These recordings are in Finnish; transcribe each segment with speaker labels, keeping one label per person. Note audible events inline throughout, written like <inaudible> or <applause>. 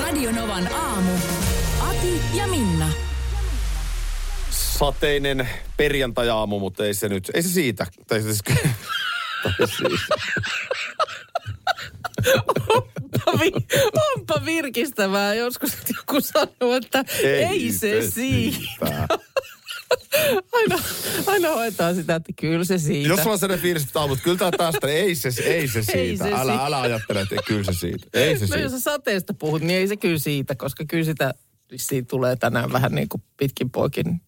Speaker 1: Radionovan aamu. Ati ja Minna.
Speaker 2: Sateinen perjantajaamu, mutta ei se nyt, ei se siitä. Tai siis, tai siis.
Speaker 3: Onpa, <laughs> vi, onpa virkistävää joskus, että joku sanoo, että ei, ei se, siis. se siitä. siitä. Aina, aina hoitaa sitä, että kyllä se siitä.
Speaker 2: Jos on sellainen fiilis, että aamut, kyllä tämä tästä, ei se, ei se siitä. Ei se älä, siitä. älä ajattele, että kyllä se siitä. Ei se
Speaker 3: no
Speaker 2: siitä.
Speaker 3: jos sä sateesta puhut, niin ei se kyllä siitä, koska kyllä sitä siitä tulee tänään vähän niin kuin pitkin poikin,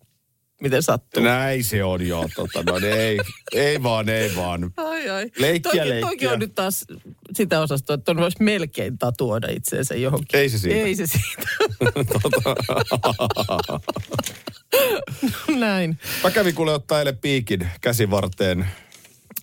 Speaker 3: miten sattuu.
Speaker 2: Näin se on joo, tota, no, ei, ei vaan, ei vaan.
Speaker 3: Ai ai.
Speaker 2: Leikkiä,
Speaker 3: toki,
Speaker 2: leikkiä.
Speaker 3: Toki on nyt taas sitä osastoa, että on voisi melkein tatuoida itseensä johonkin.
Speaker 2: Ei se siitä.
Speaker 3: Ei se
Speaker 2: <laughs>
Speaker 3: siitä. <laughs>
Speaker 2: tota.
Speaker 3: Näin.
Speaker 2: Mä kävin kuule ottaa eilen piikin käsivarteen,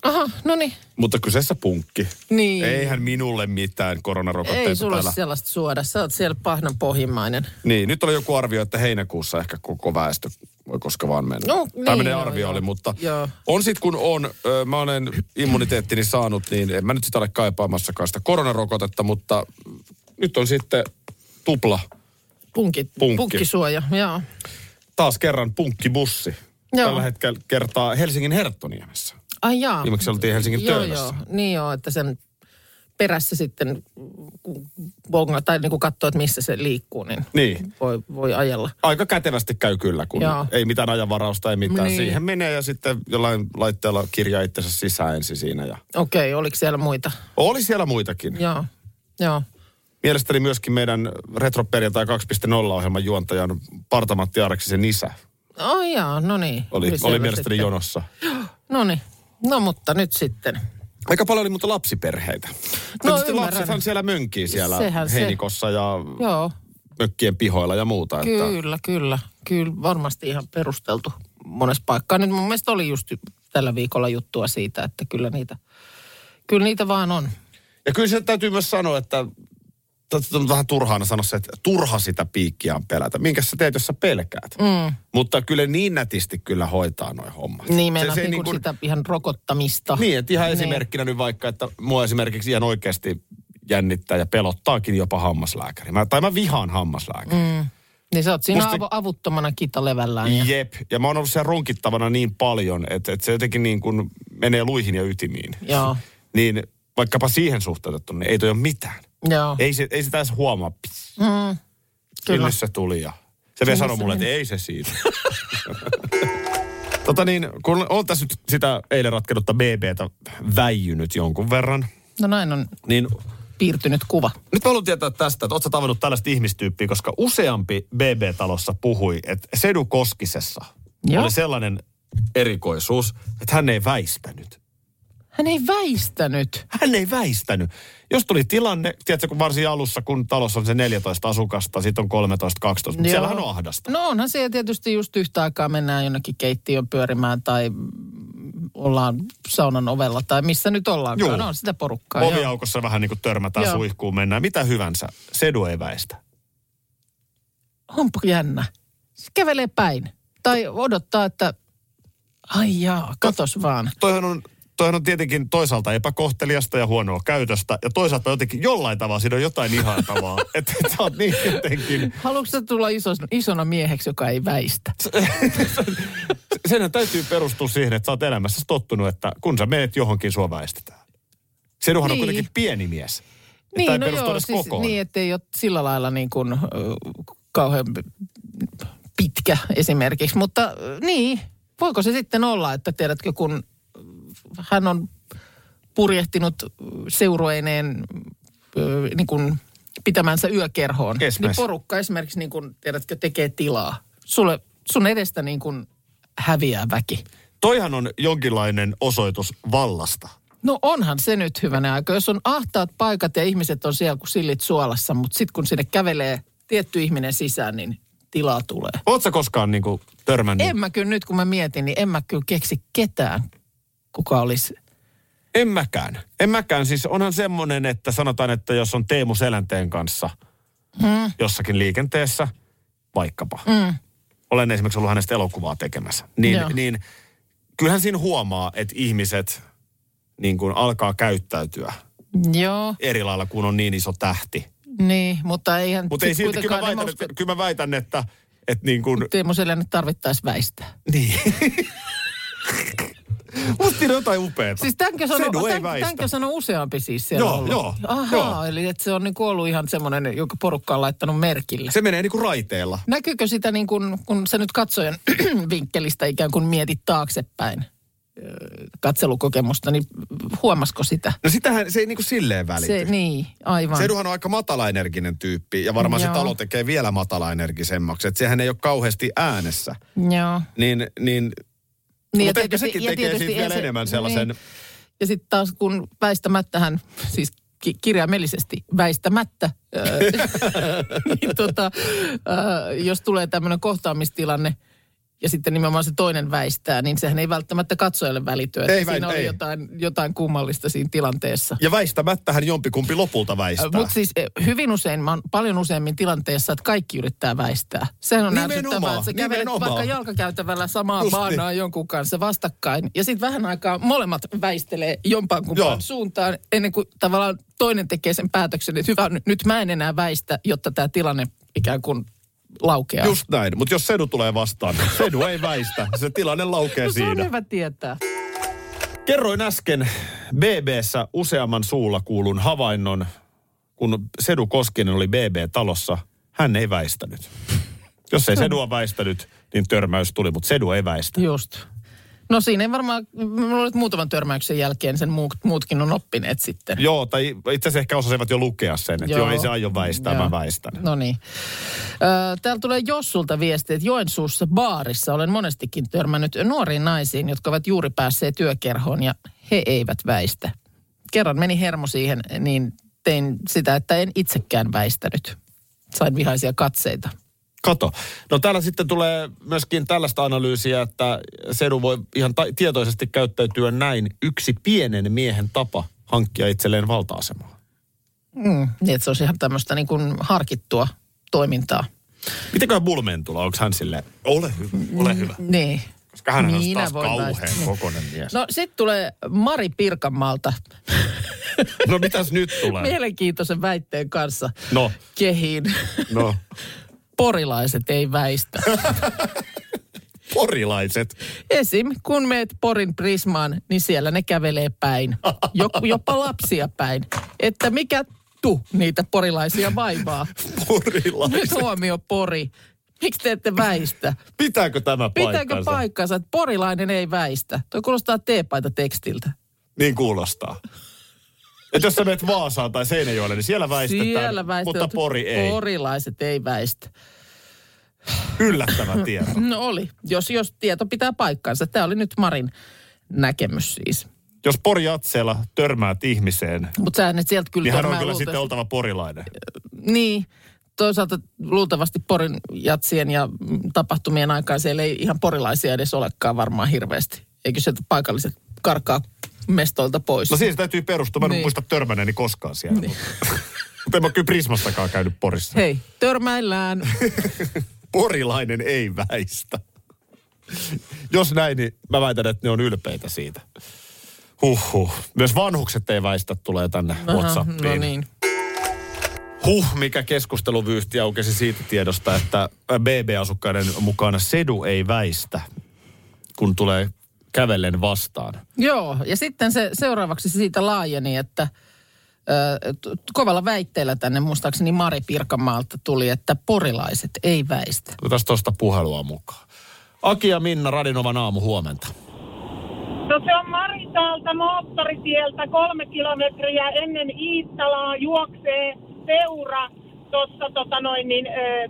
Speaker 3: Aha, no niin.
Speaker 2: mutta kyseessä punkki.
Speaker 3: Niin.
Speaker 2: Eihän minulle mitään koronarokotteita
Speaker 3: Ei sulla
Speaker 2: täällä.
Speaker 3: sellaista suoda. Sä oot siellä pahnan pohjimmainen.
Speaker 2: Niin, nyt oli joku arvio, että heinäkuussa ehkä koko väestö voi koska vaan mennä.
Speaker 3: No, niin,
Speaker 2: Tämmöinen
Speaker 3: joo,
Speaker 2: arvio
Speaker 3: joo.
Speaker 2: oli, mutta
Speaker 3: Joo.
Speaker 2: on sit kun on, ö, mä olen immuniteettini saanut, niin en mä nyt sitä ole kaipaamassakaan sitä koronarokotetta, mutta nyt on sitten tupla,
Speaker 3: Punkki,
Speaker 2: Punkki.
Speaker 3: punkkisuoja, joo.
Speaker 2: taas kerran punkkibussi.
Speaker 3: Joo.
Speaker 2: Tällä hetkellä kertaa Helsingin Herttoniemessä.
Speaker 3: Ai jaa.
Speaker 2: Viimeksi oltiin Helsingin
Speaker 3: joo,
Speaker 2: Töölössä.
Speaker 3: joo. Niin joo, että sen perässä sitten kun bonga, tai niin kuin katsoo, että missä se liikkuu, niin,
Speaker 2: Niin.
Speaker 3: voi, voi ajella.
Speaker 2: Aika kätevästi käy kyllä, kun
Speaker 3: Joo.
Speaker 2: ei mitään ajanvarausta, ei mitään.
Speaker 3: Niin.
Speaker 2: Siihen menee ja sitten jollain laitteella kirjaa itsensä sisään ensin siinä. Ja...
Speaker 3: Okei, oliko siellä muita?
Speaker 2: Oli siellä muitakin.
Speaker 3: Joo, joo.
Speaker 2: Mielestäni myöskin meidän Retroperjantai 2.0-ohjelman juontajan Partamatti Aareksisen isä
Speaker 3: Ai jaa, no niin.
Speaker 2: oli, oli
Speaker 3: siellä
Speaker 2: mielestäni
Speaker 3: sitten.
Speaker 2: jonossa.
Speaker 3: No niin, no mutta nyt sitten.
Speaker 2: Aika paljon oli mutta lapsiperheitä. Tietysti
Speaker 3: No, ymmärrän.
Speaker 2: lapsethan siellä mönkii siellä
Speaker 3: Sehän se.
Speaker 2: heinikossa ja
Speaker 3: Joo,
Speaker 2: mökkien pihoilla ja muuta. Että
Speaker 3: kyllä, kyllä. Kyllä varmasti ihan perusteltu monessa paikkaa. Nyt mun mielestä oli just tällä viikolla juttua siitä, että kyllä niitä, kyllä niitä vaan on. Niin
Speaker 2: ja kyllä se täytyy myös sanoa, että tätä on vähän turhaana sanoa se, että turha sitä piikkiä on pelätä. Minkä sä teet, jos sä pelkäät? Mm. Mutta kyllä niin nätisti kyllä hoitaa noi hommat.
Speaker 3: Niin,
Speaker 2: Se-
Speaker 3: meinaat
Speaker 2: se niinku-
Speaker 3: niin kuin
Speaker 2: kun-
Speaker 3: sitä ihan rokottamista.
Speaker 2: Niin, että ihan esimerkkinä nyt vaikka, että mua esimerkiksi ihan oikeasti jännittää ja pelottaakin jopa hammaslääkäri. Mä, tai mä vihaan hammaslääkäri. Mm. Niin.
Speaker 3: Niin sä oot siinä
Speaker 2: Musta-
Speaker 3: av- avuttomana kitalevällään. Ja...
Speaker 2: Jep, ja mä oon ollut siellä runkittavana niin paljon, että, että se jotenkin niin kuin menee luihin ja ytimiin.
Speaker 3: Joo.
Speaker 2: <laughs> niin vaikkapa siihen suhteutettuna, niin ei toi ole mitään.
Speaker 3: Joo,
Speaker 2: Ei, se, ei sitä edes huomaa. Pss,
Speaker 3: kyllä.
Speaker 2: Sinne se tuli ja Mm. se vielä sanoi mulle, että ei se siitä. <laughs> tota niin, kun on tässä nyt sitä eilen ratkennutta BBtä väijynyt jonkun verran,
Speaker 3: No näin on
Speaker 2: niin
Speaker 3: piirtynyt kuva.
Speaker 2: Nyt mä haluan tietää tästä, että ootko sä tavannut tällaista ihmistyyppiä, koska useampi BB-talossa puhui, että Sedu Koskisessa
Speaker 3: Joo.
Speaker 2: oli sellainen erikoisuus, että hän ei väistänyt.
Speaker 3: Hän ei väistänyt.
Speaker 2: Hän ei väistänyt. Jos tuli tilanne, tiedätkö, kun varsin alussa, kun talossa on se 14 asukasta, sitten on 13, 12, mutta
Speaker 3: Joo.
Speaker 2: siellähän on ahdasta.
Speaker 3: No onhan siellä tietysti just yhtä aikaa mennään jonnekin keittiön pyörimään tai mm, ollaan saunan ovella tai missä nyt ollaan.
Speaker 2: Joo.
Speaker 3: No on sitä porukkaa. joo.
Speaker 2: Oviaukossa vähän niin kuin törmätään
Speaker 3: Joo.
Speaker 2: suihkuun, mennään. Mitä hyvänsä, Sedu ei väistä.
Speaker 3: Onpa jännä. Se kävelee päin. Tai odottaa, että ai jaa, katos vaan.
Speaker 2: toihan on, toihan on tietenkin toisaalta epäkohteliasta ja huonoa käytöstä, ja toisaalta jotenkin jollain tavalla siinä on jotain ihailtavaa. että et sä oot niin jotenkin...
Speaker 3: Haluatko sä tulla isos, isona mieheksi, joka ei väistä?
Speaker 2: Senhän täytyy perustua siihen, että sä oot elämässä tottunut, että kun sä menet johonkin, sua väistetään. Seduhan niin.
Speaker 3: Niin.
Speaker 2: on kuitenkin pieni mies. Niin, ei perustu edes
Speaker 3: siis
Speaker 2: kokoon.
Speaker 3: niin, ettei ole sillä lailla niin kuin, ö, kauhean pitkä esimerkiksi. Mutta ö, niin, voiko se sitten olla, että tiedätkö, kun hän on purjehtinut seuroineen ö, niin kuin pitämänsä yökerhoon,
Speaker 2: Kesmäis.
Speaker 3: niin porukka esimerkiksi niin kuin, tiedätkö, tekee tilaa. Sulle, sun edestä niin kuin häviää väki.
Speaker 2: Toihan on jonkinlainen osoitus vallasta.
Speaker 3: No onhan se nyt hyvänä aika, jos on ahtaat paikat ja ihmiset on siellä kuin sillit suolassa, mutta sitten kun sinne kävelee tietty ihminen sisään, niin tilaa tulee.
Speaker 2: Oot sä koskaan niinku törmännyt?
Speaker 3: En mä kyllä nyt kun mä mietin, niin en mä kyllä keksi ketään, kuka olisi
Speaker 2: En mäkään. En mäkään. Siis onhan semmoinen, että sanotaan, että jos on Teemu Selänteen kanssa
Speaker 3: Hmm.
Speaker 2: mm. jossakin liikenteessä, vaikkapa. Mm. Olen esimerkiksi ollut hänestä elokuvaa tekemässä. Niin,
Speaker 3: Joo.
Speaker 2: niin kyllähän siinä huomaa, että ihmiset niin kuin alkaa käyttäytyä
Speaker 3: Joo,
Speaker 2: eri lailla, kun on niin iso tähti.
Speaker 3: niin, mutta eihän...
Speaker 2: Mutta
Speaker 3: sit
Speaker 2: ei silti, kyllä mä,
Speaker 3: kuitenkaan- en mä
Speaker 2: väitän,
Speaker 3: usko,
Speaker 2: että, kyllä mä väitän, että, että niin kuin...
Speaker 3: että Teemu Selänne tarvittaisi väistää.
Speaker 2: Niin. Musta siinä on jotain upeaa.
Speaker 3: Siis tämänkö
Speaker 2: Sedu
Speaker 3: sanoo,
Speaker 2: ei
Speaker 3: tämän,
Speaker 2: väistä.
Speaker 3: tämänkö sanoo useampi siis siellä
Speaker 2: Joo,
Speaker 3: ollut?
Speaker 2: joo, joo.
Speaker 3: Ahaa, eli että se on niin ollut ihan semmoinen, jonka porukka on laittanut merkille.
Speaker 2: Se menee niin kuin raiteella.
Speaker 3: Näkyykö sitä niin kuin, kun sä nyt katsojan <clears throat> vinkkelistä ikään kuin mietit taaksepäin ö, katselukokemusta, niin huomasiko sitä?
Speaker 2: No sitähän se ei niin kuin silleen välity.
Speaker 3: Se, niin, aivan.
Speaker 2: Seduhan on aika matalaenerginen tyyppi ja varmaan se
Speaker 3: Joo.
Speaker 2: talo tekee vielä matalaenergisemmaksi. Että sehän ei ole kauheasti äänessä.
Speaker 3: Joo.
Speaker 2: Niin, niin,
Speaker 3: Niin,
Speaker 2: niin
Speaker 3: ja
Speaker 2: mutta ehkä
Speaker 3: tietysti-
Speaker 2: sekin
Speaker 3: ja
Speaker 2: tekee
Speaker 3: tietysti
Speaker 2: siitä vielä
Speaker 3: ei se-
Speaker 2: enemmän sellaisen...
Speaker 3: niin. Ja sitten taas kun väistämättähän, siis ki- kirjaimellisesti väistämättä,
Speaker 2: <laughs>
Speaker 3: öö, niin tota, öö, jos tulee tämmöinen kohtaamistilanne ja sitten nimenomaan se toinen väistää, niin sehän ei välttämättä katsojalle välity. että
Speaker 2: Ei
Speaker 3: siinä
Speaker 2: väit-
Speaker 3: oli
Speaker 2: ei.
Speaker 3: Jotain, jotain kummallista siinä tilanteessa.
Speaker 2: Ja väistämättähän jompikumpi lopulta väistää.
Speaker 3: Mutta siis eh, hyvin usein, mä oon paljon useammin tilanteessa, että kaikki yrittää väistää. Sehän on
Speaker 2: Nimenomaan,
Speaker 3: ärsyttävää, että sä kävelet
Speaker 2: nimenomaan.
Speaker 3: vaikka jalkakäytävällä samaa
Speaker 2: Just niin.
Speaker 3: baanaa jonkun kanssa vastakkain. Ja sitten vähän aikaa molemmat väistelee jompaan
Speaker 2: Joo.
Speaker 3: kumpaan suuntaan, ennen kuin tavallaan toinen tekee sen päätöksen, että hyvä, nyt- nyt mä en enää väistä, jotta tämä tilanne ikään kuin laukeaa.
Speaker 2: Just näin. Mutta jos Sedu tulee vastaan, niin Sedu ei väistä. Se tilanne laukee
Speaker 3: no, se on
Speaker 2: siinä.
Speaker 3: hyvä tietää.
Speaker 2: Kerroin äsken BBssä useamman suulla kuulun havainnon, kun Sedu Koskinen oli BB-talossa. Hän ei väistänyt. Jos
Speaker 3: No.
Speaker 2: ei Sedua väistänyt, niin törmäys tuli, mutta Sedu ei väistä.
Speaker 3: Just. No siinä ei varmaan, mä luulen, että muutaman törmäyksen jälkeen sen muut, muutkin on oppineet sitten.
Speaker 2: Joo, tai itse asiassa ehkä osasivat jo lukea sen, että joo, joo ei se aio väistää, joo.
Speaker 3: Joo.
Speaker 2: mä väistän.
Speaker 3: No niin. Ö, Täällä tulee Jossulta viesti, että Joensuussa baarissa olen monestikin törmännyt nuoriin naisiin, jotka ovat juuri päässeet työkerhoon ja he eivät väistä. Kerran meni hermo siihen, niin tein sitä, että en itsekään väistänyt. Sain vihaisia katseita.
Speaker 2: Kato. No täällä sitten tulee myöskin tällaista analyysiä, että Sedu voi ihan ta- tietoisesti käyttäytyä näin. Yksi pienen miehen tapa hankkia itselleen valta-asemaa.
Speaker 3: Mm. Niin, että se olisi ihan tämmöistä niin kuin harkittua toimintaa.
Speaker 2: Mitenköhän Bulmeen tulla? Onko hän sille ole hyvä, ole hyvä?
Speaker 3: Niin.
Speaker 2: Koska hän on
Speaker 3: Minä
Speaker 2: taas
Speaker 3: voin
Speaker 2: kauhean
Speaker 3: <laughs> väistää.
Speaker 2: kokoinen mies. No.
Speaker 3: No sitten tulee Mari
Speaker 2: <laughs>
Speaker 3: Pirkanmaalta
Speaker 2: no mitäs nyt tulee?
Speaker 3: mielenkiintoisen väitteen kanssa
Speaker 2: No,
Speaker 3: kehiin. <laughs>
Speaker 2: no.
Speaker 3: Porilaiset
Speaker 2: <laughs>
Speaker 3: ei väistä. <laughs>
Speaker 2: Porilaiset.
Speaker 3: Esim. kun meet Porin Prismaan, niin siellä ne kävelee päin. Joku, jopa lapsia päin. Että mikä tu niitä porilaisia
Speaker 2: <laughs>
Speaker 3: vaivaa. Nyt
Speaker 2: Porilaiset.
Speaker 3: huomio Pori. Miksi te ette väistä?
Speaker 2: Pitääkö tämä paikkansa?
Speaker 3: Pitääkö paikkansa, että porilainen ei väistä? Toi kuulostaa teepaita tekstiltä.
Speaker 2: Niin kuulostaa. Että jos sä menet Vaasaan tai Seinäjoelle, niin siellä väistetään,
Speaker 3: Siellä väistetään,
Speaker 2: mutta Pori ei. Pori.
Speaker 3: Porilaiset ei väistä.
Speaker 2: Yllättävä tieto.
Speaker 3: No oli, jos, jos tieto pitää paikkansa. Tämä oli nyt Marin näkemys siis.
Speaker 2: Jos Pori Atseella törmäät ihmiseen,
Speaker 3: Mutta sä nyt sieltä kyllä
Speaker 2: niin hän on
Speaker 3: törmää
Speaker 2: kyllä sitten
Speaker 3: luultavasti-
Speaker 2: oltava porilainen.
Speaker 3: Niin, toisaalta luultavasti Porin jatsien ja mm, tapahtumien aikaan siellä ei ihan porilaisia edes olekaan varmaan hirveästi. Eikö sieltä paikalliset karkaa mestoilta pois?
Speaker 2: No siihen se täytyy perustua. Mä en
Speaker 3: Niin.
Speaker 2: muista törmänneeni koskaan siellä. Niin. <laughs> Mutta en mä kyllä Prismastakaan käynyt Porissa.
Speaker 3: Hei,
Speaker 2: <laughs>
Speaker 3: törmäillään.
Speaker 2: Porilainen ei väistä. Jos näin, niin mä väitän, että ne on ylpeitä siitä. Huhhuh. Myös vanhukset ei väistä tulee tänne Whatsappiin.
Speaker 3: no niin.
Speaker 2: Huh, mikä keskusteluvyyhti aukesi siitä tiedosta, että BB-asukkaiden mukana sedu ei väistä, kun tulee kävellen vastaan.
Speaker 3: Joo, ja sitten se, seuraavaksi se siitä laajeni, että ö, t- t- kovalla väitteellä tänne muistaakseni Mari Pirkanmaalta tuli, että porilaiset ei väistä.
Speaker 2: Otas tuosta puhelua mukaan. Aki ja Minna, Radinovan aamu, huomenta.
Speaker 4: No se on Maritaalta moottoritieltä kolme kilometriä ennen Iittalaa juoksee seura tuossa tota noin, niin, ö,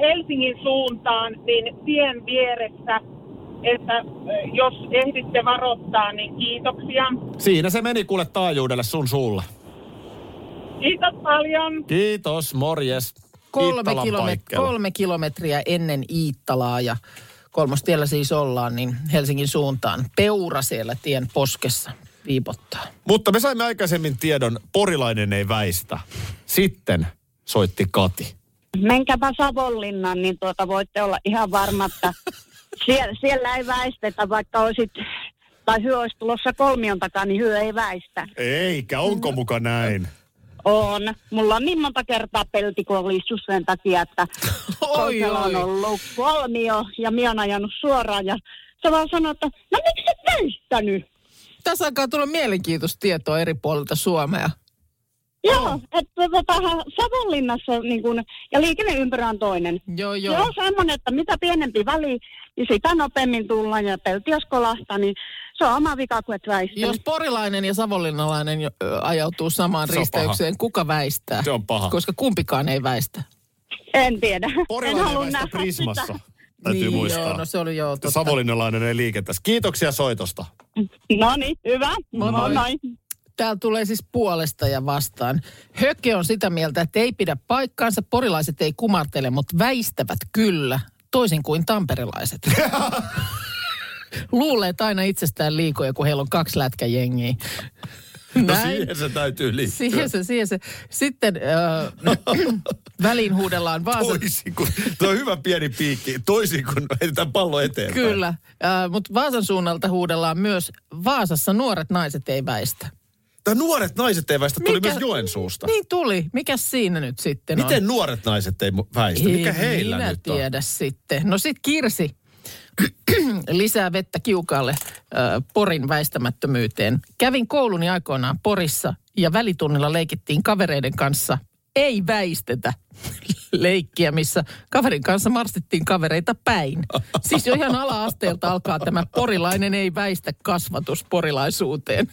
Speaker 4: Helsingin suuntaan niin tien vieressä että ö, jos ehditte varoittaa, niin kiitoksia.
Speaker 2: Siinä se meni kuule taajuudelle sun suulla.
Speaker 4: Kiitos paljon.
Speaker 2: Kiitos, morjes.
Speaker 3: kolme,
Speaker 2: Iittalan
Speaker 3: kilomet-
Speaker 2: paikalla.
Speaker 3: kolme kilometriä ennen Iittalaa ja kolmostiellä siis ollaan, niin Helsingin suuntaan. Peura siellä tien poskessa viipottaa.
Speaker 2: Mutta me saimme aikaisemmin tiedon, porilainen ei väistä. Sitten soitti Kati.
Speaker 5: menkääpä Savonlinnaan, niin tuota voitte olla ihan varma,
Speaker 3: <laughs>
Speaker 5: että siellä, siellä ei väistetä, vaikka olisit, tai hyö olisi tulossa kolmion takaa, niin hyö ei väistä.
Speaker 2: Eikä, onko muka näin?
Speaker 5: On. Mulla on niin monta kertaa peltikuollisuus sen takia, että
Speaker 3: Oi,
Speaker 5: toisella
Speaker 3: oi.
Speaker 5: on ollut kolmio ja minä on ajanut suoraan ja se vaan sanoo, että no miksi et väistänyt?
Speaker 3: Tässä alkaa tulla mielenkiintoista tietoa eri puolilta Suomea.
Speaker 5: Joo, että tota, Savonlinnassa niin kun, ja liikenneympyrä on toinen.
Speaker 3: Joo,
Speaker 5: Joo.
Speaker 3: joo.
Speaker 5: Se on semmoinen, että mitä pienempi väli, niin sitä nopeammin tullaan ja pelti jos kolahtaa, niin se on oma vika kuin et väistä.
Speaker 3: Jos porilainen ja savonlinnalainen jo- ö, ajautuu samaan
Speaker 2: Se on
Speaker 3: risteykseen, kuka väistää?
Speaker 2: Se on paha.
Speaker 3: Koska kumpikaan ei väistä.
Speaker 5: En tiedä. en
Speaker 2: Porilainen
Speaker 5: halua
Speaker 2: ei väistä
Speaker 5: nähdä
Speaker 2: Prismassa.
Speaker 5: sitä.
Speaker 2: Täytyy
Speaker 3: niin,
Speaker 2: muistaa.
Speaker 3: Joo, no se oli joo totta.
Speaker 2: Savonlinnalainen ei liikentäisi. Kiitoksia soitosta.
Speaker 5: No niin, hyvä.
Speaker 3: Moi moi.
Speaker 5: Moi moi.
Speaker 3: Täällä tulee siis puolesta ja vastaan. Höke on sitä mieltä, että ei pidä paikkaansa. Porilaiset ei kumartele, mutta väistävät kyllä, toisin kuin tamperilaiset.
Speaker 2: <laughs>
Speaker 3: Luulee että aina itsestään liikoja, kun heillä on kaksi lätkäjengiä.
Speaker 2: No siihen se täytyy liittyä.
Speaker 3: Siihen se, siihen se. Sitten
Speaker 2: <laughs>
Speaker 3: äh, väliin huudellaan Vaasan,
Speaker 2: Toisin kuin, tuo on hyvä pieni piikki, toisin kuin heitetään pallo eteenpäin.
Speaker 3: Kyllä, äh, mutta Vaasan suunnalta huudellaan myös, Vaasassa nuoret naiset ei väistä.
Speaker 2: Tämä nuoret naiset ei väistä, tuli
Speaker 3: Mikä-
Speaker 2: myös Joensuusta.
Speaker 3: Niin tuli. Mikäs siinä nyt sitten on?
Speaker 2: Miten nuoret naiset ei mu- väistä? Mikä
Speaker 3: En
Speaker 2: heillä
Speaker 3: minä
Speaker 2: nyt on?
Speaker 3: tiedä sitten. No sit Kirsi, <clears throat> lisää vettä kiukaalle äh, Porin väistämättömyyteen. Kävin kouluni aikoinaan Porissa ja välitunnilla leikittiin kavereiden kanssa. Ei väistetä <laughs> leikkiä, missä kaverin kanssa marssittiin kavereita päin. Siis jo ihan ala-asteelta alkaa tämä porilainen ei väistä kasvatus porilaisuuteen.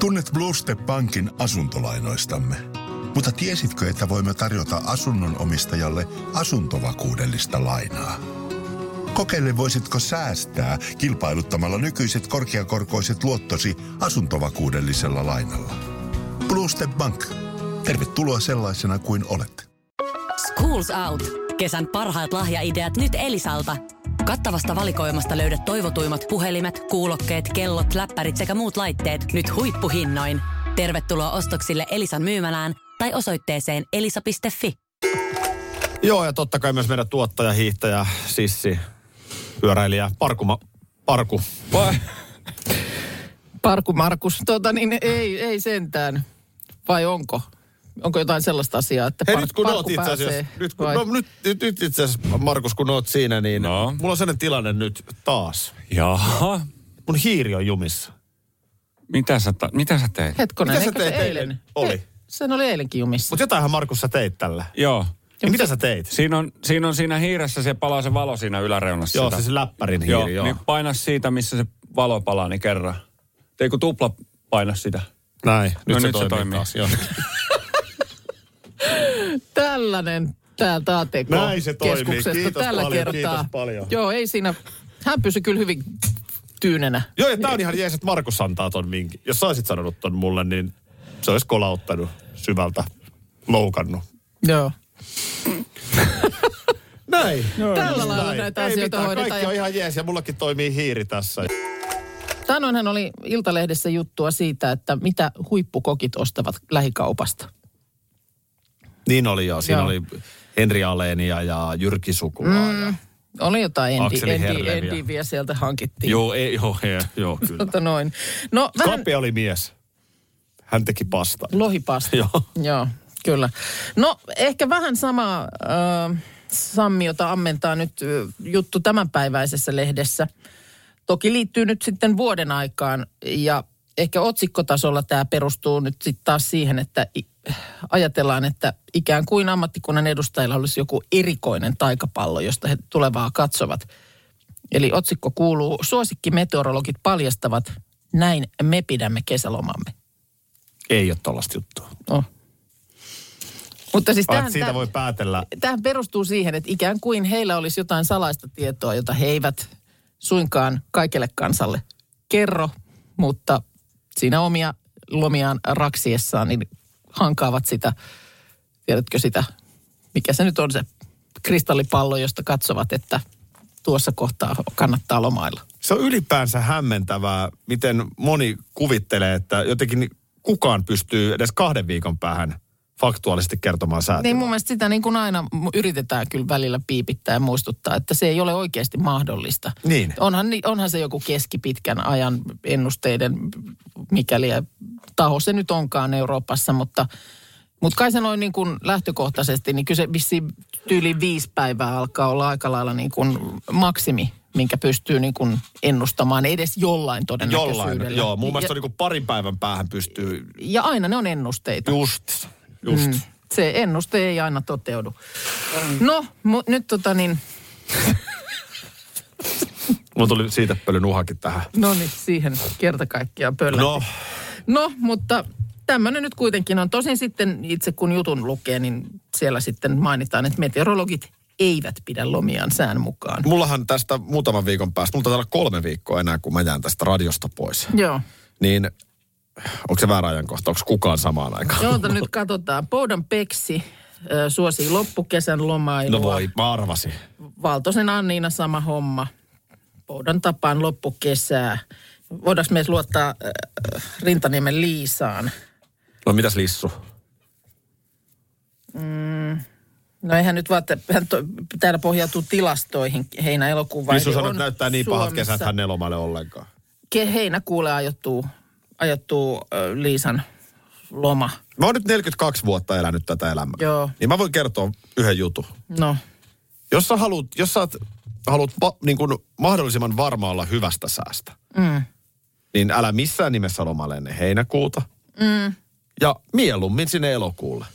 Speaker 6: Tunnet Blue Step Pankin asuntolainoistamme. Mutta tiesitkö, että voimme tarjota asunnon omistajalle asuntovakuudellista lainaa? Kokeile, voisitko säästää kilpailuttamalla nykyiset korkeakorkoiset luottosi asuntovakuudellisella lainalla. Blue Step Bank. Tervetuloa sellaisena kuin olet.
Speaker 1: Schools Out. Kesän parhaat lahjaideat nyt Elisalta. Kattavasta valikoimasta löydät toivotuimmat puhelimet, kuulokkeet, kellot, läppärit sekä muut laitteet nyt huippuhinnoin. Tervetuloa ostoksille Elisan myymälään tai osoitteeseen elisa.fi.
Speaker 2: Joo, ja totta kai myös meidän tuottaja, hiihtäjä, sissi, pyöräilijä, parkuma, parku. Vai?
Speaker 3: Parku Markus, tota niin ei, ei sentään. Vai onko? Onko jotain sellaista asiaa, että
Speaker 2: Hei,
Speaker 3: par-
Speaker 2: nyt kun
Speaker 3: parku
Speaker 2: oot itse asiassa,
Speaker 3: pääsee
Speaker 2: nyt, kun,
Speaker 3: vai-
Speaker 2: no, nyt, nyt, nyt itse asiassa, Markus, kun oot siinä, niin no. mulla on sellainen tilanne nyt taas.
Speaker 7: Jaha,
Speaker 2: Mun hiiri on jumissa.
Speaker 7: mitä sä, ta- mitä sä teet?
Speaker 3: Hetkonen,
Speaker 2: Mitä sä
Speaker 3: eikö se
Speaker 2: teit eilen?
Speaker 3: eilen?
Speaker 2: Oli.
Speaker 3: Ei, Sen oli eilenkin jumissa.
Speaker 2: Mutta jotainhan Markus sä teit tällä.
Speaker 7: Joo.
Speaker 2: Ja mitä sä teit?
Speaker 7: Siinä on, siinä on siinä hiiressä se palaa se valo siinä yläreunassa.
Speaker 2: Joo,
Speaker 7: sitä.
Speaker 2: siis läppärin
Speaker 7: joo,
Speaker 2: hiiri, joo.
Speaker 7: Niin paina siitä, missä se valo palaa, niin kerran. Ei kun tupla paina sitä.
Speaker 2: Näin, nyt,
Speaker 7: No
Speaker 2: se,
Speaker 7: nyt
Speaker 2: toimii
Speaker 7: se toimii.
Speaker 2: taas.
Speaker 7: <laughs>
Speaker 2: Joo.
Speaker 3: Tällainen täältä ATK
Speaker 2: Näin se toimii.
Speaker 3: keskuksesta
Speaker 2: Kiitos
Speaker 3: tällä
Speaker 2: paljon,
Speaker 3: kertaa.
Speaker 2: kiitos paljon.
Speaker 3: Joo, ei siinä. Hän pysyi kyllä hyvin tyynenä.
Speaker 2: Joo, ja tää on ihan jees, että Markus antaa ton minkin. Jos sä olisit sanonut ton mulle, niin se olisi kolauttanut syvältä, loukannut.
Speaker 3: Joo.
Speaker 2: Näin.
Speaker 3: Tällä lailla näitä
Speaker 2: Ei
Speaker 3: asioita
Speaker 2: mitään,
Speaker 3: hoidetaan
Speaker 2: Kaikki
Speaker 3: ja-
Speaker 2: on ihan jees ja mullakin toimii hiiri tässä.
Speaker 3: Sanoinhan oli Iltalehdessä juttua siitä, että mitä huippukokit ostavat lähikaupasta.
Speaker 2: Niin oli joo. Siinä
Speaker 3: Joo.
Speaker 2: joo. oli Henri Aleenia ja Jyrki Sukulaa. Mm. Ja...
Speaker 3: Oli jotain endi,
Speaker 2: Akseli
Speaker 3: endi,
Speaker 2: Herleviä.
Speaker 3: endiviä sieltä hankittiin.
Speaker 2: Joo, ei, joo, ei, joo, kyllä.
Speaker 3: Tota noin. No, <laughs> vähän
Speaker 2: Kape oli mies. Hän teki pastaa.
Speaker 3: lohipasta.
Speaker 2: Joo.
Speaker 3: Joo, kyllä. No ehkä vähän sama äh, sammiota ammentaa nyt ö, juttu tämänpäiväisessä lehdessä. Toki liittyy nyt sitten vuoden aikaan ja ehkä otsikkotasolla tämä perustuu nyt sitten taas siihen, että i- ajatellaan, että ikään kuin ammattikunnan edustajilla olisi joku erikoinen taikapallo, josta he tulevaa katsovat. Eli otsikko kuuluu, suosikkimeteorologit paljastavat, näin me pidämme kesälomamme.
Speaker 2: Ei ole tällaista juttua.
Speaker 3: No. Mutta siis
Speaker 2: Tähän,
Speaker 3: tähän,
Speaker 2: siitä
Speaker 3: tähän,
Speaker 2: voi päätellä.
Speaker 3: tähän perustuu siihen, että ikään kuin heillä olisi jotain salaista tietoa, jota he eivät suinkaan kaikelle kansalle kerro, mutta siinä omia lomiaan raksiessaan niin hankaavat sitä, tiedätkö sitä, mikä se nyt on se kristallipallo, josta katsovat, että tuossa kohtaa kannattaa lomailla.
Speaker 2: Se on ylipäänsä hämmentävää, miten moni kuvittelee, että jotenkin kukaan pystyy edes kahden viikon päähän faktuaalisesti kertomaan säätöä.
Speaker 3: Niin mun mielestä sitä niin kuin aina mu- yritetään kyllä välillä piipittää ja muistuttaa, että se ei ole oikeasti mahdollista.
Speaker 2: Niin.
Speaker 3: Onhan, ni- onhan se joku keskipitkän ajan ennusteiden, mikäli taho se nyt onkaan Euroopassa, mutta, mutta kai se noin niin kuin lähtökohtaisesti, niin kyllä se vissiin tyyli viisi päivää alkaa olla aika lailla niin kuin maksimi, minkä pystyy niin kuin ennustamaan edes jollain todennäköisyydellä.
Speaker 2: Jollain, joo. Mun mielestä
Speaker 3: ja,
Speaker 2: on niin kuin parin päivän päähän pystyy
Speaker 3: ja aina ne on ennusteita.
Speaker 2: just, just. Mm.
Speaker 3: Se ennuste ei aina toteudu. No, mu- nyt tota niin,
Speaker 2: Mulla tuli siitä pölyn uhakin tähän.
Speaker 3: no niin, siihen kerta kaikkiaan pöllä.
Speaker 2: No,
Speaker 3: no mutta tämmöinen nyt kuitenkin on. Tosin sitten itse kun jutun lukee, niin siellä sitten mainitaan, että meteorologit eivät pidä lomiaan sään mukaan.
Speaker 2: mullahan tästä muutaman viikon päästä, mulla taitaa olla kolme viikkoa enää, kun mä jään tästä radiosta pois.
Speaker 3: Joo.
Speaker 2: Niin, onko se väärä ajankohta? Onko kukaan samaan aikaan?
Speaker 3: Joo, nyt katsotaan. Poudan peksi ö, suosii loppukesän lomailua.
Speaker 2: No voi, mä arvasin.
Speaker 3: Valtosen Anniina sama homma. Poudan tapaan loppukesää. Voidaanko me luottaa äh, Rintaniemen Liisaan?
Speaker 2: No mitäs Lissu?
Speaker 3: No eihän nyt vaan, että hän to, täällä pohjautuu tilastoihin heinä-elokuun vai
Speaker 2: Lissu sanoi, että näyttää niin pahat kesät, että hän ei lomaile ollenkaan.
Speaker 3: Ke, heinäkuulle ajoittuu, ajoittuu ö, Liisan loma.
Speaker 2: Mä oon nyt 42 vuotta elänyt tätä elämää.
Speaker 3: Joo.
Speaker 2: Niin mä voin kertoa yhden jutun.
Speaker 3: No,
Speaker 2: Jos sä haluat, jos sä oot- haluat va, niin kuin mahdollisimman varma olla hyvästä säästä, mm.
Speaker 3: No
Speaker 2: niin älä missään nimessä lomaile ennen heinäkuuta. Mm. Ja mieluummin sinne elokuulle.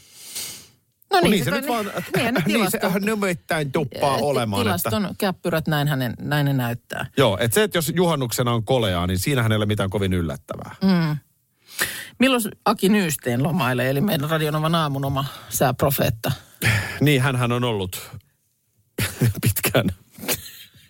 Speaker 3: no
Speaker 2: Kun
Speaker 3: niin,
Speaker 2: se
Speaker 3: kai
Speaker 2: nyt vaan,
Speaker 3: <laughs> niin, ne
Speaker 2: <laughs> niin se
Speaker 3: tilastot-
Speaker 2: nimittäin tuppaa olemaan.
Speaker 3: Tilaston että... käppyrät, näin, hänen, näin ne näyttää.
Speaker 2: Joo, että se, että jos juhannuksena on koleaa, niin siinähän ei ole mitään kovin yllättävää. Mm.
Speaker 3: Milloin Aki Nyysteen lomailee, eli meidän Radionovan aamun oma sääprofeetta?
Speaker 2: <sniffs> Niin, hänhän on ollut <laughs> pitkään.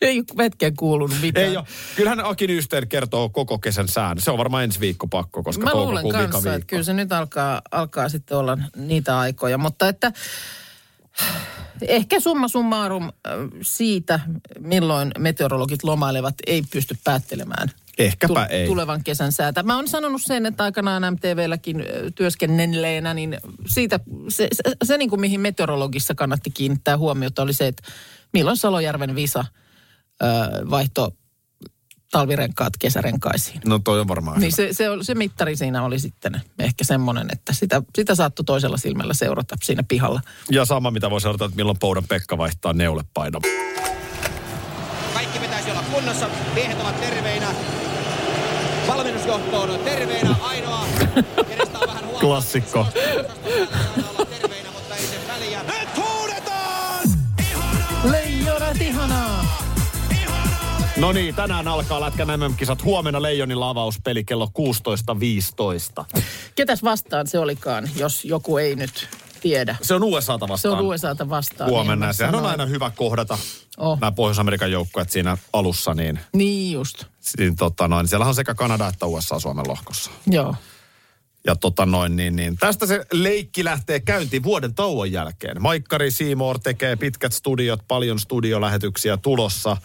Speaker 3: Ei ole hetkeen kuulunut mitään.
Speaker 2: Ei ole. Kyllähän Aki Nysteen kertoo koko kesän sään. Se on varmaan ensi viikko pakko, koska
Speaker 3: Mä luulen
Speaker 2: toukokuun vika
Speaker 3: kanssa,
Speaker 2: viikko.
Speaker 3: että kyllä se nyt alkaa, alkaa sitten olla niitä aikoja, mutta että ehkä summa summarum äh, siitä, milloin meteorologit lomailevat, ei pysty päättelemään
Speaker 2: Ehkäpä ei.
Speaker 3: tulevan kesän säätä. Mä oon sanonut sen, että aikanaan MTVlläkin äh, työskennelleenä, niin siitä se, se, se niin kuin mihin meteorologissa kannatti kiinnittää huomiota oli se, että milloin Salojärven visa äh, vaihto talvirenkaat kesärenkaisiin.
Speaker 2: No toi on varmaan
Speaker 3: Niin se, se, oli- se mittari siinä oli sitten ehkä semmoinen, että sitä, sitä saattoi toisella silmällä seurata siinä pihalla.
Speaker 2: Ja sama, mitä voi seurata, että milloin Poudan Pekka vaihtaa neulepainon.
Speaker 8: Kaikki pitäisi olla kunnossa. Miehet ovat terveinä. Valmennusjohto on terveinä ainoa. Kenestä on vähän huolta.
Speaker 2: Klassikko.
Speaker 8: Olla terveinä, mutta ei sen väliä. Nyt huudetaan!
Speaker 3: Leijonat ihanaa!
Speaker 2: No niin, tänään alkaa Lätkän MM-kisat. Huomenna Leijonin lavauspeli kello 16.15.
Speaker 3: Ketäs vastaan se olikaan, jos joku ei nyt tiedä?
Speaker 2: Se on USAta
Speaker 3: Se
Speaker 2: vastaan.
Speaker 3: on USAta vastaan.
Speaker 2: Huomenna.
Speaker 3: niin mä
Speaker 2: Ja Sehän on
Speaker 3: sanoin.
Speaker 2: aina hyvä kohdata
Speaker 3: Oh.
Speaker 2: nämä Pohjois-Amerikan joukkueet siinä alussa. Niin,
Speaker 3: Niin just,
Speaker 2: niin tota noin, siellähän on sekä Kanada että USA Suomen lohkossa.
Speaker 3: joo.
Speaker 2: Ja tota noin, niin, niin. Tästä se leikki lähtee käyntiin vuoden tauon jälkeen. Maikkari Seymour tekee pitkät studiot, paljon studiolähetyksiä tulossa.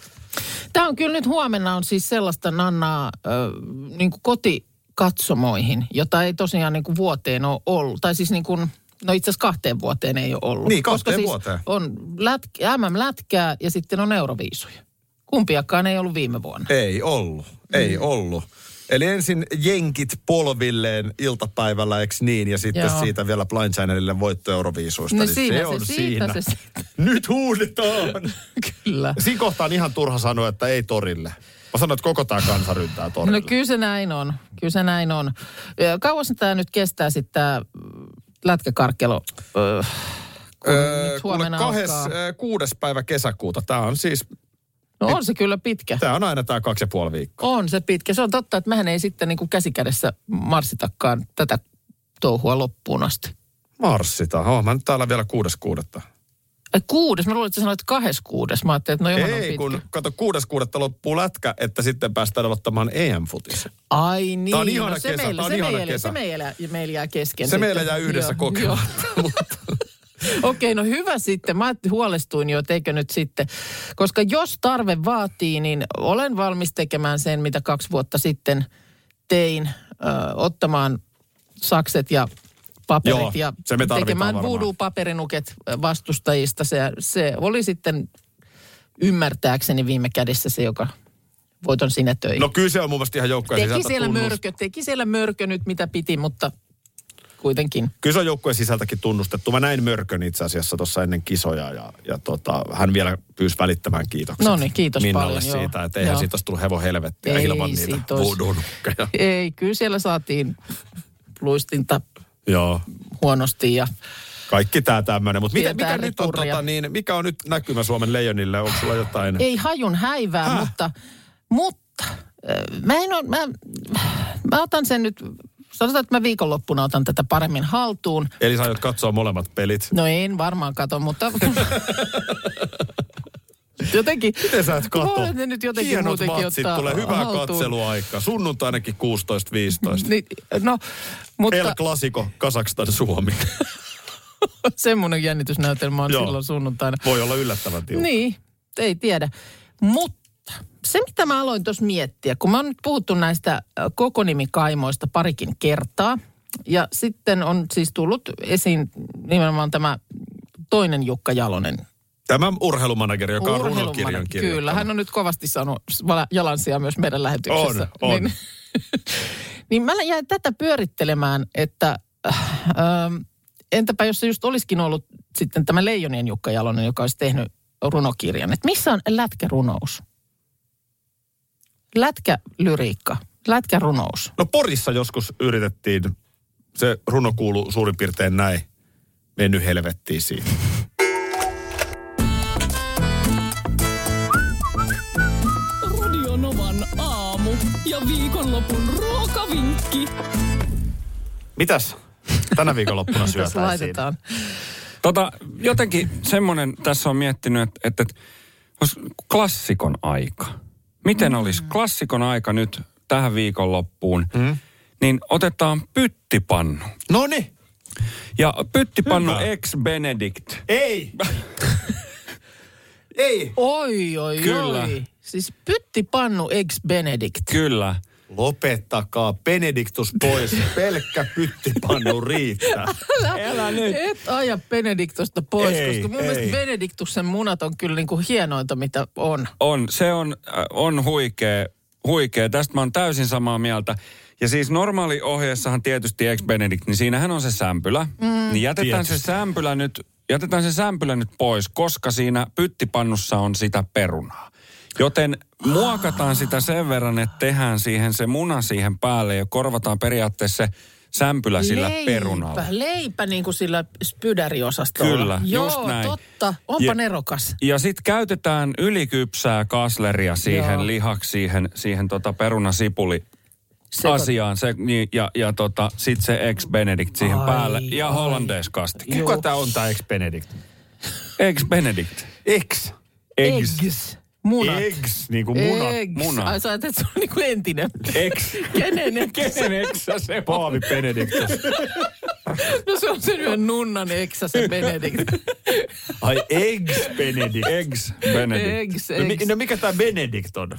Speaker 3: Tämä on kyllä nyt huomenna on siis sellaista nannaa äh, niin kuin kotikatsomoihin, jota ei tosiaan niin kuin vuoteen ole ollut. Tai siis niin kuin, no itse asiassa kahteen vuoteen ei ole ollut.
Speaker 2: Niin,
Speaker 3: Koska
Speaker 2: kahteen
Speaker 3: siis
Speaker 2: vuoteen.
Speaker 3: on lätkä, MM-lätkää ja sitten on euroviisuja. Kumpiakaan ei ollut viime vuonna.
Speaker 2: Ei ollut, ei mm. ollut. Eli ensin jenkit polvilleen iltapäivällä, eks niin? Ja sitten
Speaker 3: Joo.
Speaker 2: siitä vielä Blind Channelille voitto Euroviisuista.
Speaker 3: No
Speaker 2: niin
Speaker 3: siinä
Speaker 2: se
Speaker 3: se,
Speaker 2: on
Speaker 3: siinä
Speaker 2: siinä.
Speaker 3: se sitten.
Speaker 2: Nyt huudetaan!
Speaker 3: Kyllä.
Speaker 2: Siinä kohtaa on ihan turha sanoa, että ei torille. Mä sanon, että koko tämä kansa ryntää torille.
Speaker 3: No kyllä se näin on. Kyllä se näin on. Ö, Kauas tämä nyt kestää sitten tämä lätkäkarkkelo? Ö, kun
Speaker 2: Öö,
Speaker 3: nyt
Speaker 2: kuule,
Speaker 3: huomenna
Speaker 2: kahes,
Speaker 3: alkaa.
Speaker 2: öö, kuudes päivä kesäkuuta. Tämä on siis,
Speaker 3: No on se kyllä pitkä.
Speaker 2: tämä on aina tämä kaksi ja puoli viikkoa.
Speaker 3: On se pitkä. Se on totta, että mehän ei sitten niin kuin käsikädessä marssitakaan tätä touhua loppuun asti.
Speaker 2: Marssitaan. Oon mä nyt täällä vielä kuudes kuudetta.
Speaker 3: Ai kuudes, mä luulin, että sä sanoit kahdes kuudes. Mä ajattelin, että no johan on
Speaker 2: Ei,
Speaker 3: pitkä.
Speaker 2: kun kato kuudes kuudetta loppuu lätkä, että sitten päästään aloittamaan E EM-futissa.
Speaker 3: Ai niin,
Speaker 2: on ihana
Speaker 3: no se
Speaker 2: kesä,
Speaker 3: meillä,
Speaker 2: tää on
Speaker 3: se
Speaker 2: ihana
Speaker 3: meillä,
Speaker 2: kesä.
Speaker 3: se meillä, meillä jää kesken.
Speaker 2: Se
Speaker 3: sitten.
Speaker 2: meillä jää yhdessä
Speaker 3: Joo,
Speaker 2: kokematta. <laughs>
Speaker 3: joo. <laughs> Okei, no hyvä sitten. Mä huolestuin jo, että eikö nyt sitten. Koska jos tarve vaatii, niin olen valmis tekemään sen, mitä kaksi vuotta sitten tein. Ö, ottamaan sakset ja paperit
Speaker 2: Joo,
Speaker 3: ja
Speaker 2: se me tarvitaan
Speaker 3: tekemään
Speaker 2: varmaan.
Speaker 3: voodoo-paperinuket vastustajista. Se, se oli sitten ymmärtääkseni viime kädessä se, joka voiton sinne töihin.
Speaker 2: No kyllä se on mun mielestä ihan joukkueen
Speaker 3: Teki
Speaker 2: sisältä
Speaker 3: siellä,
Speaker 2: tunnus.
Speaker 3: mörkö, teki siellä mörkö nyt mitä piti, mutta kuitenkin.
Speaker 2: Kyllä se on joukkueen sisältäkin tunnustettu. Mä näin Mörkön itse asiassa tuossa ennen kisoja ja, ja tota, hän vielä pyysi välittämään kiitokset.
Speaker 3: Noniin, No niin, kiitos
Speaker 2: Minnalle
Speaker 3: paljon, joo.
Speaker 2: siitä, että eihän
Speaker 3: Joo.
Speaker 2: siitä olisi tullut hevon helvettiä
Speaker 3: Ei
Speaker 2: ilman niitä
Speaker 3: siitä olisi.
Speaker 2: voodoo-nukkeja.
Speaker 3: Ei, kyllä siellä saatiin luistinta
Speaker 2: Joo.
Speaker 3: huonosti ja
Speaker 2: Kaikki tämä tämmöinen. Mutta mikä,
Speaker 3: Pientä
Speaker 2: mikä, nyt on,
Speaker 3: ääriturria.
Speaker 2: tota, niin, mikä on nyt näkymä Suomen leijonille? Onko sulla jotain?
Speaker 3: ei hajun häivää,
Speaker 2: Häh?
Speaker 3: mutta, mutta äh, mä, en ole, mä, mä otan sen nyt, sanotaan, että mä viikonloppuna otan tätä paremmin haltuun.
Speaker 2: Eli sä aiot katsoa molemmat pelit.
Speaker 3: No en varmaan kato, mutta... <laughs> jotenkin...
Speaker 2: Miten sä et kato?
Speaker 3: Voi, ne nyt jotenkin
Speaker 2: Hienot
Speaker 3: muutenkin
Speaker 2: matsit
Speaker 3: ottaa
Speaker 2: tulee, hyvää
Speaker 3: haltuun.
Speaker 2: katseluaika. Sunnuntainakin 16-15.
Speaker 3: Niin, no, mutta...
Speaker 2: El Clasico, Kasakstan, Suomi.
Speaker 3: semmoinen jännitysnäytelmä on
Speaker 2: Joo.
Speaker 3: silloin sunnuntaina.
Speaker 2: Voi olla yllättävän tiukka.
Speaker 3: Niin, ei tiedä. Mutta se, mitä mä aloin tuossa miettiä, kun mä oon nyt puhuttu näistä ö, kokonimikaimoista parikin kertaa, ja sitten on siis tullut esiin nimenomaan tämä toinen Jukka Jalonen.
Speaker 2: Tämä urheilumanageri, joka on
Speaker 3: Urheilumana-
Speaker 2: runokirjan kirjoittanut.
Speaker 3: Kyllä, hän on nyt kovasti saanut vala- jalansia myös meidän lähetyksessä.
Speaker 2: On, on.
Speaker 3: Niin, <laughs> niin mä jäin tätä pyörittelemään, että äh, ähm, entäpä jos se just olisikin ollut sitten tämä Leijonien Jukka Jalonen, joka olisi tehnyt runokirjan. Että missä on lätkärunous? Lätkälyriikka, lätkärunous.
Speaker 2: No Porissa joskus yritettiin, se runo kuuluu suurin piirtein näin, mennyt helvettiin siitä.
Speaker 9: Radio Novan aamu ja viikonlopun ruokavinkki.
Speaker 2: Mitäs tänä viikonloppuna
Speaker 3: Tässä
Speaker 2: syötään siinä?
Speaker 3: laitetaan.
Speaker 7: Tota, jotenkin semmoinen tässä on miettinyt, että, että, että olisi klassikon aika. Miten olisi klassikon aika nyt tähän viikonloppuun? Mm. Niin otetaan pyttipannu.
Speaker 2: No niin.
Speaker 7: Ja pyttipannu
Speaker 2: Hyvä.
Speaker 7: ex Benedict.
Speaker 3: <laughs>
Speaker 2: Ei. Ei.
Speaker 3: Oi, oi,
Speaker 7: Kyllä.
Speaker 3: oi. Siis pyttipannu ex Benedict.
Speaker 7: Kyllä.
Speaker 2: Lopettakaa Benediktus pois. Pelkkä pyttipannu riittää.
Speaker 7: Älä nyt.
Speaker 3: Et aja Benediktosta pois,
Speaker 2: Ei,
Speaker 3: ei, koska mun
Speaker 2: ei.
Speaker 3: ei. mielestä Benediktuksen munat on kyllä niin kuin hienointa, mitä on.
Speaker 7: On, se on, äh, on huikea, huikea. Tästä mä oon täysin samaa mieltä. Ja siis normaali ohjeessahan tietysti ex Benedict, niin siinähän on se sämpylä. Mm, niin jätetään
Speaker 2: tietysti.
Speaker 7: se sämpylä nyt, jätetään se sämpylä nyt pois, koska siinä pyttipannussa on sitä perunaa. Joten muokataan sitä sen verran, että tehdään siihen se muna siihen päälle ja korvataan periaatteessa se sämpylä sillä perunalla.
Speaker 3: leipä niin kuin sillä spydäriosastolla.
Speaker 7: Kyllä, just
Speaker 3: Joo,
Speaker 7: näin.
Speaker 3: totta. Onpa
Speaker 7: Ja-
Speaker 3: ja. nerokas.
Speaker 7: Ja sitten käytetään ylikypsää kasleria siihen Joo.
Speaker 3: Joo.
Speaker 7: lihaksi, siihen, siihen tota perunasipuli
Speaker 3: Seko-
Speaker 7: asiaan. Se, niin, ja ja tota, sitten se ex Benedict siihen
Speaker 3: Ai,
Speaker 7: päälle ja
Speaker 3: ai.
Speaker 7: hollandeeskastike.
Speaker 2: Kuka tää on tää ex Benedict?
Speaker 7: Ex
Speaker 3: <laughs>
Speaker 7: Benedict.
Speaker 2: Ex.
Speaker 7: Eggs.
Speaker 3: Munat.
Speaker 2: Eggs, niin kuin munat.
Speaker 3: Eggs.
Speaker 7: munat.
Speaker 3: Ai sä ajattelet, että se on niin kuin entinen.
Speaker 7: Ex.
Speaker 3: Kenen ex?
Speaker 7: Kenen eksä se on?
Speaker 2: Paavi Benediktus.
Speaker 3: No se on sen yhden nunnan eksä <laughs> se Benedikt.
Speaker 2: Ai eggs Benedict.
Speaker 7: Eggs Benedict.
Speaker 3: Eggs,
Speaker 2: No, mi-
Speaker 3: eggs.
Speaker 2: no mikä tää Benedict on?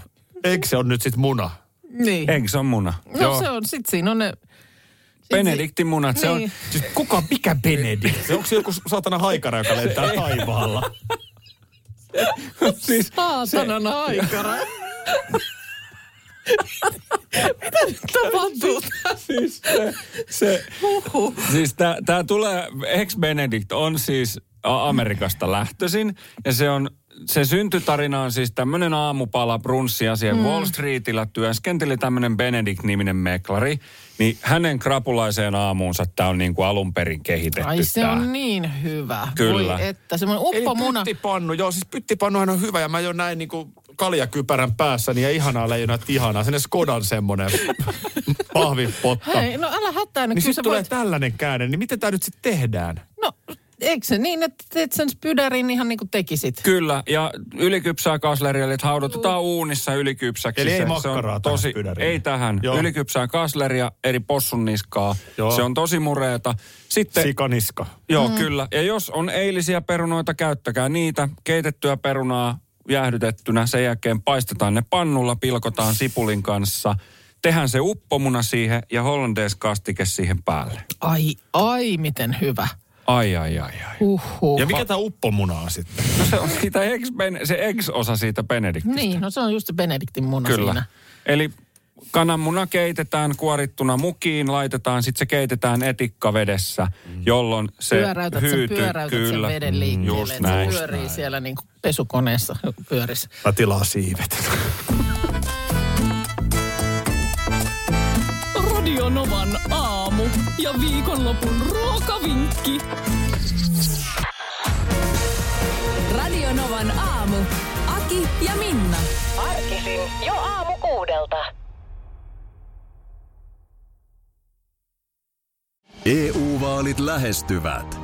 Speaker 2: Eggs on nyt sit muna.
Speaker 3: Niin.
Speaker 7: Eggs on muna.
Speaker 3: No se on, sit siinä on ne... sit
Speaker 7: Benediktin munat, se on.
Speaker 3: Niin.
Speaker 2: Siis kuka, mikä Benedict? Onko se joku saatana haikara, joka lentää taivaalla?
Speaker 7: Siis
Speaker 3: Saatanan aikara. Tapahtuu.
Speaker 7: siis se, se,
Speaker 3: Huhhuh.
Speaker 7: Siis tämä tulee, ex Benedict on siis A- Amerikasta lähtöisin ja se on se syntytarina on siis tämmöinen aamupala brunssiasia. Mm. Wall Streetillä työskenteli tämmöinen Benedict-niminen meklari, niin hänen krapulaiseen aamuunsa tämä on niin kuin alun perin kehitetty
Speaker 3: Ai se
Speaker 7: tää.
Speaker 3: on niin hyvä.
Speaker 7: Kyllä.
Speaker 3: Voi että, semmoinen uppomuna.
Speaker 2: pyttipannu, joo siis pyttipannuhan on hyvä ja mä jo näin niinku kaljakypärän päässä, niin ja ihanaa leijona tihanaa, sinne Skodan
Speaker 3: <laughs>
Speaker 2: semmonen pahvipotta.
Speaker 3: Hei, no älä hätäinen,
Speaker 2: Niin
Speaker 3: kyllä
Speaker 2: sit
Speaker 3: sä
Speaker 2: tulee
Speaker 3: voit...
Speaker 2: tällainen käänne, niin miten tää nyt sitten tehdään?
Speaker 3: No, eikö se niin, että teet sen spydärin ihan niin kuin tekisit?
Speaker 7: Kyllä, ja ylikypsää kasleria, eli haudutetaan uunissa ylikypsäksi.
Speaker 2: Eli ei
Speaker 7: se, se
Speaker 2: makkaraa tähän
Speaker 7: on tosi,
Speaker 2: pydäriin.
Speaker 7: Ei tähän.
Speaker 2: Joo.
Speaker 7: Joo. Ylikypsää kasleria, eri possun niskaa.
Speaker 2: Joo.
Speaker 7: Se on tosi mureeta. Sitten,
Speaker 2: Sikaniska.
Speaker 7: joo mm. kyllä, ja jos on eilisiä perunoita, käyttäkää niitä. Keitettyä perunaa jäähdytettynä, sen jälkeen paistetaan ne pannulla, pilkotaan sipulin kanssa. Tehän se uppomuna siihen ja hollandeeskastike siihen päälle.
Speaker 3: Ai, ai, miten hyvä.
Speaker 7: Ai, ai, ai, ai.
Speaker 3: Huhhuh.
Speaker 2: Ja mikä tää uppomuna on sitten?
Speaker 7: No se on siitä ex, se ex-osa siitä Benedict.
Speaker 3: Niin, no se on just se Benediktin muna
Speaker 7: Kyllä.
Speaker 3: siinä.
Speaker 7: Eli kananmuna keitetään kuorittuna mukiin, laitetaan, sitten se keitetään etikkavedessä, jolloin se
Speaker 3: Mm. pyöräytät sen,
Speaker 7: hyytyy.
Speaker 3: pyöräytät
Speaker 7: kyllä,
Speaker 3: sen veden
Speaker 7: Mm,
Speaker 3: liikkeelle.
Speaker 7: Just
Speaker 3: että
Speaker 7: näin.
Speaker 3: Se pyörii siellä niin kuin pesukoneessa pyörissä.
Speaker 2: Mä tilaa siivet.
Speaker 9: Radio Novan aamu ja viikonlopun ruokavinkki.
Speaker 1: Radio Novan aamu. Aki ja Minna.
Speaker 10: Arkisin jo aamu kuudelta.
Speaker 11: EU-vaalit E lähestyvät.